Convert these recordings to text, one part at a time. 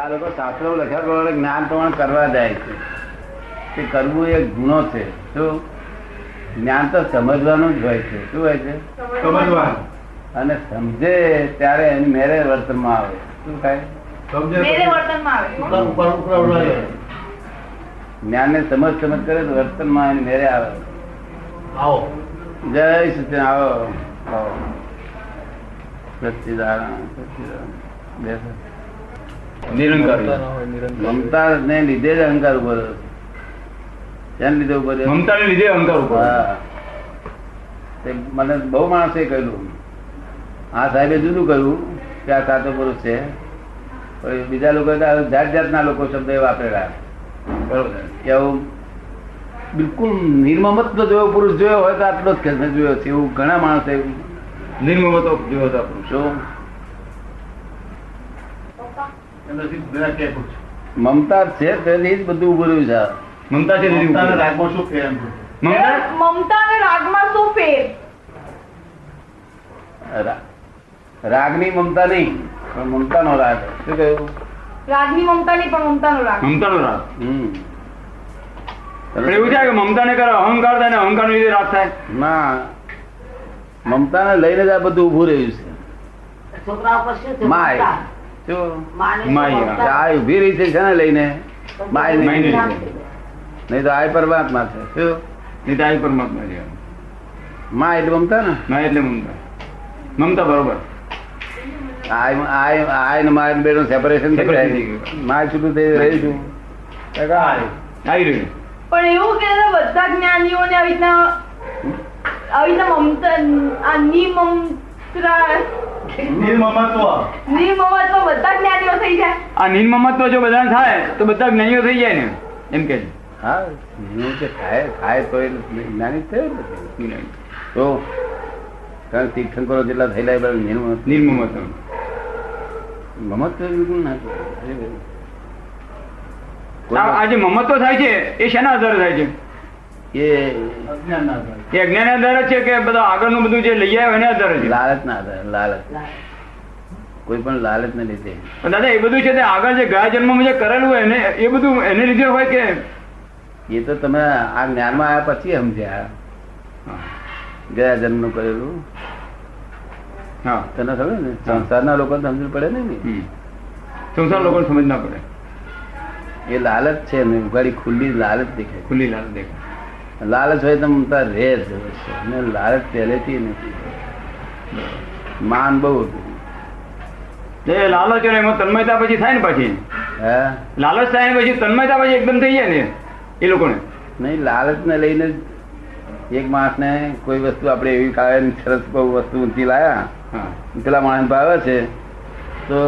આ લોકો શાસ્ત્રો લખ્યા પ્રમાણે જ્ઞાન પ્રમાણ કરવા જાય છે તે કરવું એ ગુનો છે શું જ્ઞાન તો સમજવાનું જ હોય છે શું હોય છે સમજવાનું અને સમજે ત્યારે એની મેરે વર્તનમાં આવે શું થાય સમજે મેરે પછી વર્તનમાં આવે ઉપર- ઉપર- ઉપર ઉડાડે. જ્ઞાનને સમજ સમજ કરે તો વર્તનમાં એની મેરે આવે આવો જય સત્ય આવો આવો સચ્ચિદાનંદ, સચ્ચિદાનંદ. બેસો. હોય, નિરંકાર. મમતા ને લીધે જ અહંકાર ઉભો થયો શેને લીધે ઉભો થયો? મમતાને લીધે અહંકાર ઉભો થાય. હા. તે મને બહુ માણસે કહ્યું આ સાહેબે જુદું કહ્યું કે આ સાચો પુરુષ છે પણ બીજા લોકો તો આ જાત જાતના લોકો શબ્દ વાપરેલા બરોબર કે આવું બિલકુલ નિર્મમત્વ જોયો પુરુષ જોયો હોય તો આટલો જ ખેંચને જોયો છે એવું ઘણા માણસે એવું નિર્મમતો જેવો હતો આપણો. શું એનાથી બધા કે પૂછે. મમતા છે તેથી જ બધું ઉભું રહ્યું છે આ. મમતા છે તેથી ઉભો મમતાના થયો. રાગમાં શું ફેર એમ પૂછે. મમતા મમતા અને રાગમાં શું ફેર રા- રાગની મમતા નહીં પણ મમતાનો રાગ શું કહ્યું રાગની મમતા નહીં પણ મમતાનો રાગ મમતાનો રાગ હમ. પણ એવું છે કે મમતાને કરે અહંકાર થાય અને અહંકારને લીધે રાગ થાય ના મમતાને લઈને જ આ બધું ઉભું રહ્યું છે છોકરા ઉપર શું છે? માય મમતા. શું? માને છે માય, મમતા. આ ઉભી રહી છે ને લઈને માય પણ નહીં. પરિણામ માય નહીં તો આ પરમાત્મા છે શું નહીં તો આ પરમાત્મા છે મા એટલે મમતા ને ના એટલે મમતા મમતા બરોબર આય આય આય ને માય ને બેનું સેપરેશન થઈ Separation જાય થઈ માય છૂટું થઈ રહ્યું છું આવી રહ્યું પણ એવું કે છે બધા જ્ઞાનીઓને આવી રીતના આવી રીતના મમતા આ નિમંત્રા નિર્મમત્વ. નિમમત્વ બધા જ્ઞાનીઓ થઈ જાય આ નિર્મમત્વ જો બધાને થાય તો બધા જ્ઞાનીઓ થઈ જાય ને એમ કે છે હા એનું કે થાય થાય તો એ જ્ઞાની થયો ને તો કારણ તીર્થંકરો જેટલા થયેલા એ બધા નિર્મળ નિર્મમત્વ મમત્વ બિલકુલ ના થયું. આ આ જે મમત્વ થાય છે એ શેના આધારે થાય છે એ અજ્ઞાનના આધારે. એ અજ્ઞાન આધારે છે કે બધા આગળનું બધું જે લઈ આવ્યો એના આધારે છે લાલચ ના આધારે લાલચ લાગે. કોઈ પણ લાલચ ને લીધે પણ દાદા એ બધું છે તે આગળ જે ગયા જન્મમાં જે કરેલું હોય એને એ બધું એને લીધે હોય કે એ તો તમે આ જ્ઞાનમાં આવ્યા પછી સમજ્યા ગયા જન્મનું કરેલું હા તને ખબર ને સંસારના લોકોને સમજણ પડે નહીં હમ. સંસાર લોકોને સમજ ના પડે ને એ લાલચ છે ને ઉઘાડી ખુલ્લી લાલચ દેખાય ખુલ્લી લાલ દેખાય છે. લાલચ હોય તો મમતા રહે જ હોય છે અને લાલચ પહેલેથી નથી માન બહુ હતું જે લાલચ હોય એમાં તન્મયતા પછી થાય ને પાછી હા લાલચ થાય ને પછી તન્મયતા પછી એકદમ થઈ જાય ને એ લોકોને નહીં લાલચને લઈને જ એક માણસને કોઈ વસ્તુ આપણે એવી ખાવે ને સરસ બહુ વસ્તુ ઊંચી લાયા હા પેલા માણસ ભાવે છે તો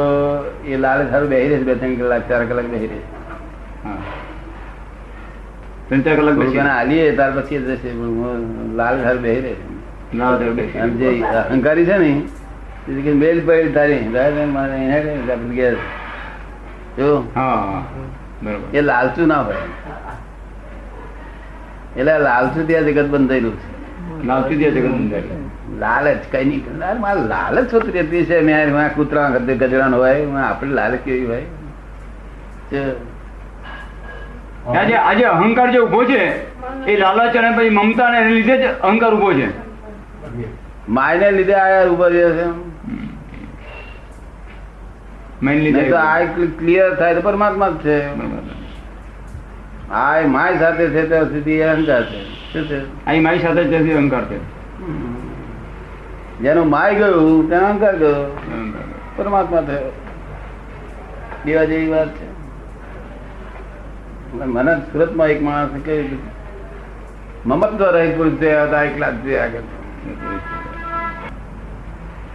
એ લાલચ સારું બેહી રહેશે બે ત્રણ કલાક ચાર કલાક બેહી રહેશે હા ત્રણ ચાર કલાક થોડુંક પછી એને હાલીએ ત્યાર પછી જ રહેશે પણ હું લાલચ સારું બેહી રહેશે લાલચ બેસી. અને જે અહંકારી છે ને એ કે મેલ પડી તારી તારે મારે એને કઈ આપણે કે જો હા હા. બરોબર એ લાલચું ના હોય એટલે લાલચું ત્યાં જગત બંધાયેલું છે લાલચી દે જગત અંદર. લાલચ કઈ નહીં અરે મારે લાલચ હોતી રહેતી છે મેં આ કૂતરા ગધે ગધેડાનો હોય એમાં આપણે લાલચ કેવી હોય છે. આ જે આજે અહંકાર જે ઉભો છે એ લાલચ અને પછી મમતા ને એને લીધે જ અહંકાર ઉભો છે માયને લીધે આ ઉભા રહ્યા છે મેન નહીં લીધે તો આ ક્લિયર થાય તો પરમાત્મા જ છે બરોબર. આ એ માય સાથે છે ત્યાં સુધી એ અહંકાર છે શું છે અહીં મારી સાથે જ ત્યાંથી અહંકાર છે જેનું માય ગયું ત્યાં અહંકાર ગયો અહંકાર. પરમાત્મા થયો દેવા જેવી વાત છે અને મને સુરતમાં એક માણસ કહ્યું મમત્વ રહિત પુરુષ જોયા હતા એકલા જ જોયા કરતા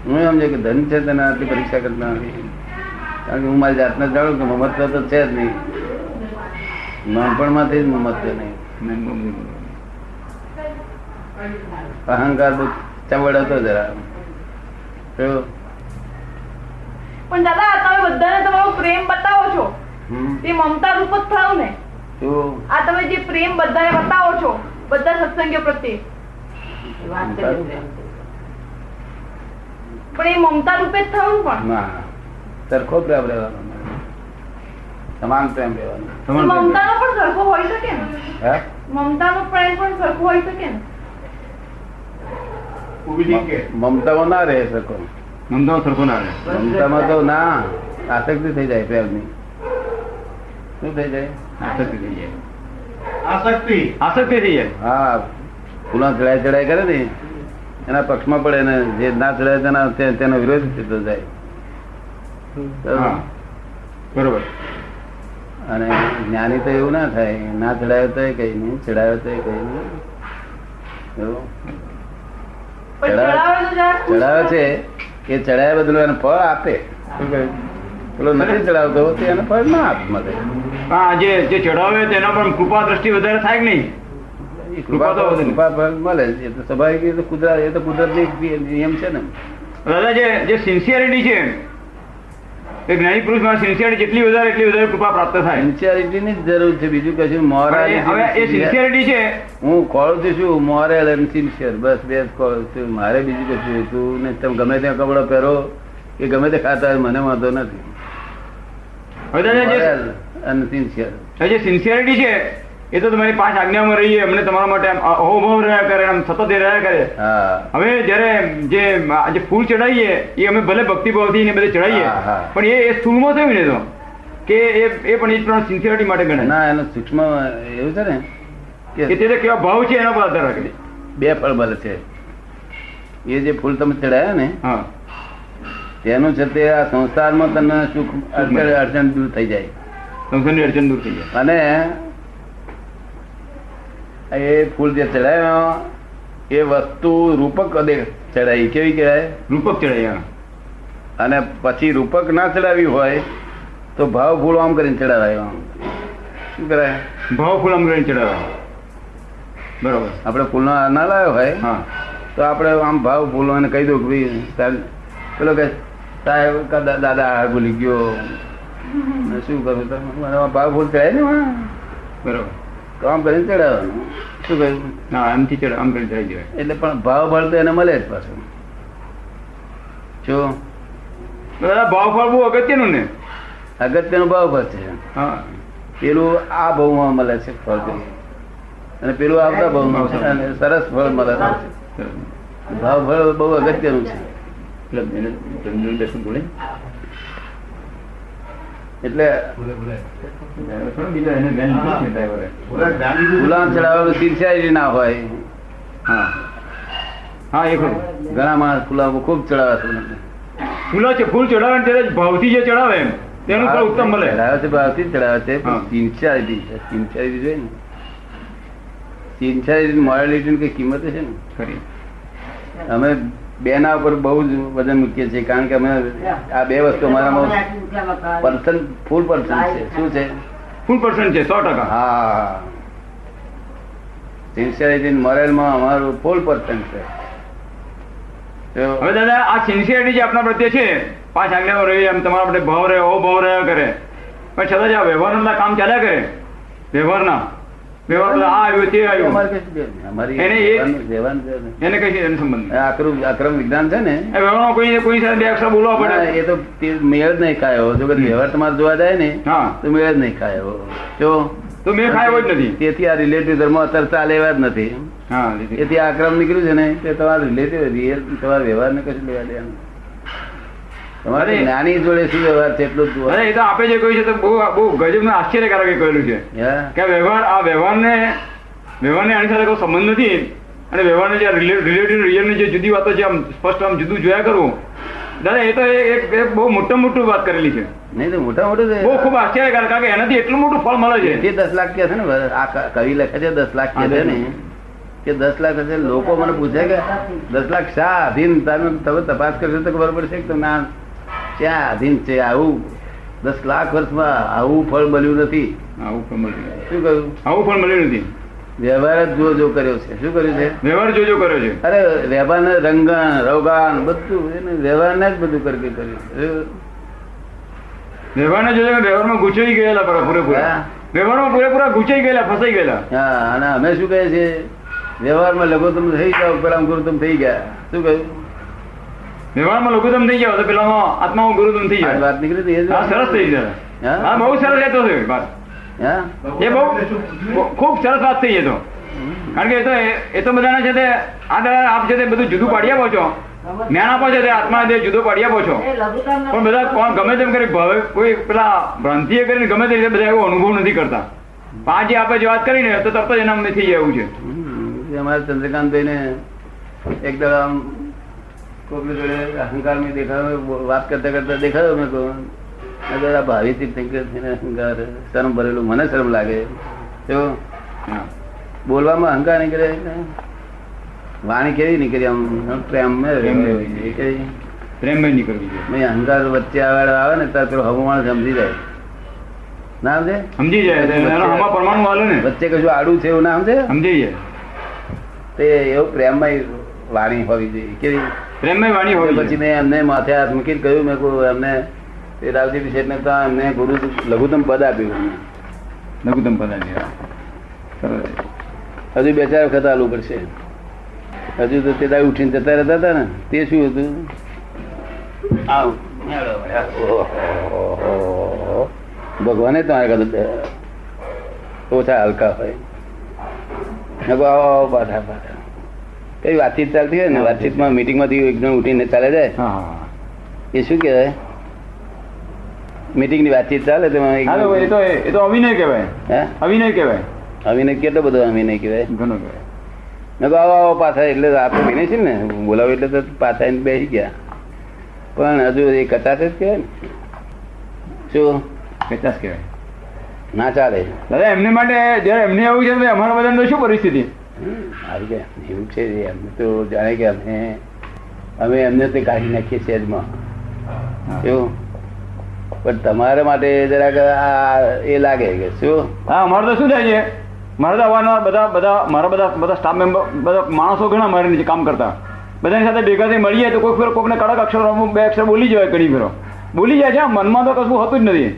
હું એમ છે કે ધન છે તેને આટલી પરીક્ષા કરતા નથી કારણ કે હું મારી જાતને જાણું કે મમત્વ તો છે જ નહીં નાનપણમાંથી જ મમત્વ નહીં મેન બહુ બધું. અહંકાર બહુ ચવડ હતો જરા તો, પણ દાદા આ તમે બધાને તમારો પ્રેમ બતાવો છો હમ, તે મમતા રૂપ જ થાવ ને તો આ તમે જે પ્રેમ બધાને બતાવો છો બધા સત્સંગીઓ પ્રત્યે વાત કરી પ્રેમ થી. પણ એ મમતા રૂપે જ થયું ને પણ ના સરખો પ્રેમ રહેવાનો સમાન પ્રેમ રહેવાનું તમારું મમતાનો પણ સરખો હોઈ શકે ને હા મમતાનો પ્રેમ પણ સરખો હોઈ શકે ને ઉભી કે મમતામાં ના રહે શકો મમતાનો સરખો ના રહે મમતામાં તો ના આસક્તિ થઈ જાય પ્રેમની શું થઈ જાય આસક્તિ થઈ જાય આસક્તિ આસક્તિ થઈ જાય હા ફૂલા ચડાય ચડાય કરે ને એના પક્ષમાં પડે ને જે ના ચડાય તેના તે- તેનો વિરોધ થતો જાય તો હા બરોબર અને જ્ઞાની તો એવું ના થાય ના ચડાયો તો કઈ નહીં ચડાયો તો કઈ નહીં એવું. પણ ચડાવે- ચડાવે તો જરા ખુશ ચડાયો થાય. છે એ ચડાયા બદલું એને ફળ આપે શું કહ્યું? પેલો નથી ચડાવતો તે એને ફળ ના આપે મળે. પણ આ જે જે ચડાવે તેના પર કૃપા દ્રષ્ટિ વધારે થાય કે નહીં એ કૃપા કૃપા તો ફળ- વધે. કૃપા ફળ મળે જ. એ તો સ્વાભાવિક એ તો કુદરત એ તો કુદરતી નિયમ છે ને દાદા જે જે સિન્સિયરિટી છે એ જ્ઞાની પુરુષમાં સિન્સિયરિટી જેટલી વધારે એટલી વધારે કૃપા પ્રાપ્ત થાય સિન્સિયરિટી ની જ જરૂર છે બીજું કશું પણ એ- મોરલ હવે એ સિન્સિયરિટી છે હું ખોળું છું શું મોરલ અને સિન્સિયર બસ બે જ ખોળું છું મારે બીજું કશું તું ને તમે ગમે ત્યાં કપડો પહેરો કે ગમે તે ખાતા હોય મને વાંધો નથી હવે દાદા જે Moral અને sincere. આ જે સિન્સિયરિટી છે એ તો તમારી પાંચ આજ્ઞામાં રહીએ અમને તમારા માટે આમ અહોભાવ રહ્યા કરે આમ સતત એ રહ્યા કરે હા હવે જ્યારે જે આ જે ફૂલ ચડાવીએ એ અમે ભલે ભક્તિભાવથી ને બધે ચડાવીએ હા, હા. પણ એ એ સ્થૂળમાં થયું ને તો કે એ એ પણ એ પણ સિન્સિયરિટી માટે ગણાય ના એનું સૂક્ષ્મ એવું છે ને કે કે તે તો કેવા ભાવ છે એના પર આધાર રાખે છે. બે ફળ મળે છે એ જે ફૂલ તમે ચડાયા ને હા તેનું છે તે આ સંસારમાં તમને સુખ અડચણ અડચણ દૂર થઈ જાય સંસારની અડચણ દૂર થઈ જાય અને એ ફૂલ જે ચડાયો એ વસ્તુ રૂપક કદે ચડાઈ કેવી કહેવાય રૂપક ચડાય હા. અને પછી રૂપક ના ચડાવી હોય તો ભાવ ફૂલ આમ કરીને ચડાવાય આમ શું કરાય ભાવ ફૂલ આમ કરીને ચડાવે બરોબર આપણે ફૂલનો હાર ના લાવ્યો હોય હા તો આપણે આમ ભાવ ફૂલો અને કહી દઉં કે ભઈ સાહેબ પેલો કે સાહેબ કા દા- દાદા હાર ભૂલી ગયો ને શું કરું તમે મને ભાવ ફૂલ ચડાય ને વાં? બરોબર તો આમ કરીને ચડાવવાનું શું કહ્યું ના આમથી ચડા આમ કરીને ચડાવી દેવાય એટલે પણ ભાવ બળ તો એને મળે જ પાછું જો દાદા ભાવ ફળ બહુ અગત્યનું ને અગત્યનો ભાવ પર છે હા પેલું આ ભાવમાં મળે છે ફળ પેલું. અને પેલું આવતા ભાવમાં છે અને સરસ ફળ મળે છે બરોબર. ભાવ ફળ બહુ અગત્યનું છે એટલે એને જનરલ બેસવું બોલે એટલે બોલે બોલે ડ્રાઈવર થોડો બીજો એને વેન લીધો છે ડ્રાઈવરે. બોલે ગાડી ગુલામ ચડાવવાનું સિન્સિયરિટી ના હોય હા હા એ ખરું ઘણા માણસ ગુલામ ખૂબ ચડાવે છે ફૂલો છે ફૂલ ચડાવે ને ત્યારે જ ભાવથી જે ચડાવે એમ તેનું ફળ ઉત્તમ મળે ચડાવે છે ભાવથી જ ચડાવે છે હા. પણ સિન્સિયરિટી છે સિન્સિયરિટી જોઈએ ને સિન્સિયરિટી મોરાલિટી કઈ કિંમત છે ને ખરી અમે બેના ઉપર બહુ જ વજન મૂકીએ છીએ કારણ કે અમે આ બે વસ્તુ અમારામાં પર્સન ફૂલ પર્સન છે શું છે ફૂલ પર્સન્ટ છે સો ટકા હા સિન્સિયરિટી મોરલમાં અમારું ફૂલ પર્સન છે તો હવે દાદા આ સિન્સિયરિટી જે આપણા પ્રત્યે છે પાંચ આજ્ઞાઓ રહી એમ તમારા માટે ભાવ રહે ઓ ભાવ રહ્યા કરે પણ છતાં જે આ વ્યવહારના કામ ચાલ્યા કરે વ્યવહારના વ્યવહાર એટલે આ આવ્યું તે આવ્યું અમારે કશું જરૂર નહીં. અમારી એને એ- રહેવાનું- રહેવાનું જરૂર નહીં. એને કઈ એનો સંબંધ આ આકરું આક્રમ વિજ્ઞાન છે ને એ વ્યવહારમાં કોઈ કોઈ સાથે બે અક્ષર બોલવા ના, પડે એ તો તે મેળ જ નહીં ખાયો જો કે વ્યવહાર તમારે જોવા જાય ને હા તો મેળ જ નહીં ખાયો જો તો મેં ખાયો જ નથી તેથી આ રિલેટિવ ધર્મ અત્યારે ચાલે એવા જ નથી હા લીધી. એથી આ ક્રમ નીકળ્યું છે ને તે તમારા રિલેટિવ રિયલ તમારા વ્યવહારને કશું લેવા દેવાનું તમારે અરે. જ્ઞાની જોડે શું વ્યવહાર છે એટલું જ જુઓ અરે એ તો આપે જે કહ્યું છે તો બહુ બહુ ગજબનું આશ્ચર્યકારક એ કહેલું છે હા? કે વ્યવહાર આ વ્યવહારને વ્યવહારને આની સાથે કોઈ સંબંધ નથી અને વ્યવહારને જે રિલેટિવ રિયલની જે જુદી વાતો છે આમ સ્પષ્ટ આમ જુદું જોયા કરવું દાદા એ તો એ- એક એક બહુ મોટા મોટું વાત કરેલી છે નહીં તો મોટા મોટું બહુ ખૂબ છે આશ્ચર્યકારક કારણ કે એનાથી એટલું મોટું ફળ મળે છે જે દસ લાખ કે છે ને બસ આ ક- કવિ લખે છે દસ લાખ કે હા, છે દસ ને કે દસ લાખ હશે લોકો મને પૂછે કે દસ લાખ શા આધીન તમે તમે તપાસ કરશો તો ખબર પડશે કે ના ક્યાં આધીન છે આવું દસ લાખ વર્ષમાં આવું ફળ બન્યું નથી આવું ફળ મળ્યું શું કહ્યું આવું ફળ મળ્યું નથી વ્યવહાર જ જો જો કર્યો છે શું કર્યું છે વ્યવહાર જોજો કર્યો છે અરે વ્યવહારને રંગણ રોગાણ બધું એને વ્યવહારને જ બધું કરકે કર્યું વ્યવહારને જોજો વ્યવહારમાં ગુચાઈ ગયેલા પર પૂરેપૂરા હા. વ્યવહારમાં પૂરેપૂરા ગુચાઈ ગયેલા ફસાઈ ગયેલા હા અને અમે શું કહે છે વ્યવહારમાં લઘુત્તમ થઈ ગયા ઉપરામ ગુરુત્તમ થઈ ગયા શું કહ્યું વ્યવહારમાં લઘુત્તમ થઈ ગયા હોય તો પેલામાં આત્મામાં ગુરુત્તમ થઈ આ જ જાય વાત નીકળી હતી એ જ હા વાત. સરસ થઈ જાય હા? હા બહુ સરસ રહેતો છે વાત. હા? એ બહુ ખૂબ સરસ વાત થઈ એ તો કારણ કે એ તો એ તો બધાને છે તે આ દાડા આપ છે તે બધું જુદું પાડી આપો છો જ્ઞાન આપો છો તે આત્માને તે જુદું પાડી આપો છો એ લઘુત્તમ પણ બધા કોણ ગમે તેમ કરી ભાવે કોઈ પેલા ભ્રાંતિએ કરીને ગમે તે રીતે બધા એવો અનુભવ નથી કરતા પણ આ જે આપણે જે વાત કરી ને તો તરત જ એના અમને થઈ જાય એવું છે હમ. એ અમારા ચંદ્રકાંતભાઈ ને એક દાડો આમ કોકની જોડે અહંકારમી દેખાડો, વાત કરતા કરતા દેખાડો મેં કહ્યું, આ જરા ભાવીથી થઈ ગયો છે ને અહંકાર શરમ ભરેલું મને શરમ લાગે તો હા. બોલવામાં અહંકાર નીકળે ને. વાણી કેવી નીકળી આમ પ્રેમ પ્રેમ હોય. કેવી? પ્રેમભાઈ નીકળવી જોઈએ નહીં, અહંકાર વચ્ચે આવેલો આવે ને ત્યારે પેલો હવું માણસ સમજી જાય ના સમજે સમજી જાય તો એનો આમાં પરમાણુ વાલો ને વચ્ચે કશું આડું છે એવું ના સમજે સમજી જાય તે એવું પ્રેમમય વાણી હોવી જોઈએ કેવી પ્રેમભાઈ વાણી હોય પછી મેં એમને માથે હાથ મૂકીને કહ્યું મેં કહ્યું એમને તે રાવજી શેઠને તો એમને ગુરુ લઘુત્તમ પદ આપ્યું એમને. લઘુત્તમ પદાની સરસ હજુ બે ચાર વખત આલું પડશે હજુ તો તે દાડે ઉઠીને જતા રહેતા હતા ને તે શું હતું આવ. ઓહો. ભગવાને તમારે કદાચ ઓછા હલકા હોય મેં કહું આવો આવો બાધા બાધા કઈ વાતચીત ચાલતી હોય ને વાતચીતમાં મિટિંગમાંથી એક જણ ઉઠીને ચાલે જાય હા હા એ શું કહેવાય મીટિંગ ની વાતચીત ચાલે તેમાં એક હા, તો એ તો એ તો અવિનય કહેવાય હે અવિનય કહેવાય અમીને કેટલો બધો અમીને કહેવાય ઘણો કહેવાય મેં કહું આવો આવો પાછા એટલે આપણે વિનય છે ને બોલાવો એટલે તો પાછા આવીને બેસી ગયા પણ હજુ એ કચાશ જ કહેવાય ને શું પચાસ કહેવાય ના ચાલે દાદા એમને માટે જ્યારે એમને આવું છે તો અમારા બધાને તો શું પરિસ્થિતિ હમ, આવી ગયા એવું છે એમને તો જાણે કે અમે અમે એમને તે કાઢી નાખીએ સેજમાં શું પણ તમારા માટે જરાક આ એ લાગે કે શું હા અમારે તો શું થાય છે મારે તો અવારનવાર બધા બધા મારા બધા બધા સ્ટાફ મેમ્બર બધા માણસો ઘણા મારી નીચે કામ કરતા બધાની સાથે ભેગા થઈ મળીએ તો કોઈક ફેર કોઈકને કડક અક્ષરોમાં બે અક્ષર બોલી જવાય ઘણી ફેરો બોલી જાય છે આમ મનમાં તો કશું હોતું જ નથી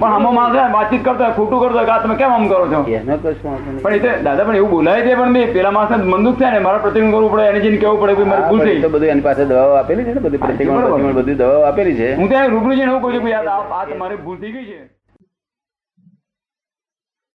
પણ આમાં માણસ છે ને વાતચીત કરતા હોય, ખોટું કરતા હોય કે આ તમે કેમ આમ કરો છો એનો કશું વાંધો નહીં. પણ એ તો દાદા પણ એવું બોલાય છે પણ મેં પેલા માણસને મન દુઃખ થાય ને મારા પ્રતિબિંબ કરવું પડે એને જઈને કહેવું પડે કે ભાઈ હા, મારી ભૂલ પણ એ થઈ તો બધું એની પાસે દવાઓ આપેલી છે ને બધી પ્રતિક્રમણ બરાબર. પ્રતિક્રમણ બધી દવાઓ આપેલી છે હું ત્યાં રૂબરૂ જઈને એવું કહું છું કે યાર આ આ તમારી ભૂલ થઈ ગઈ છે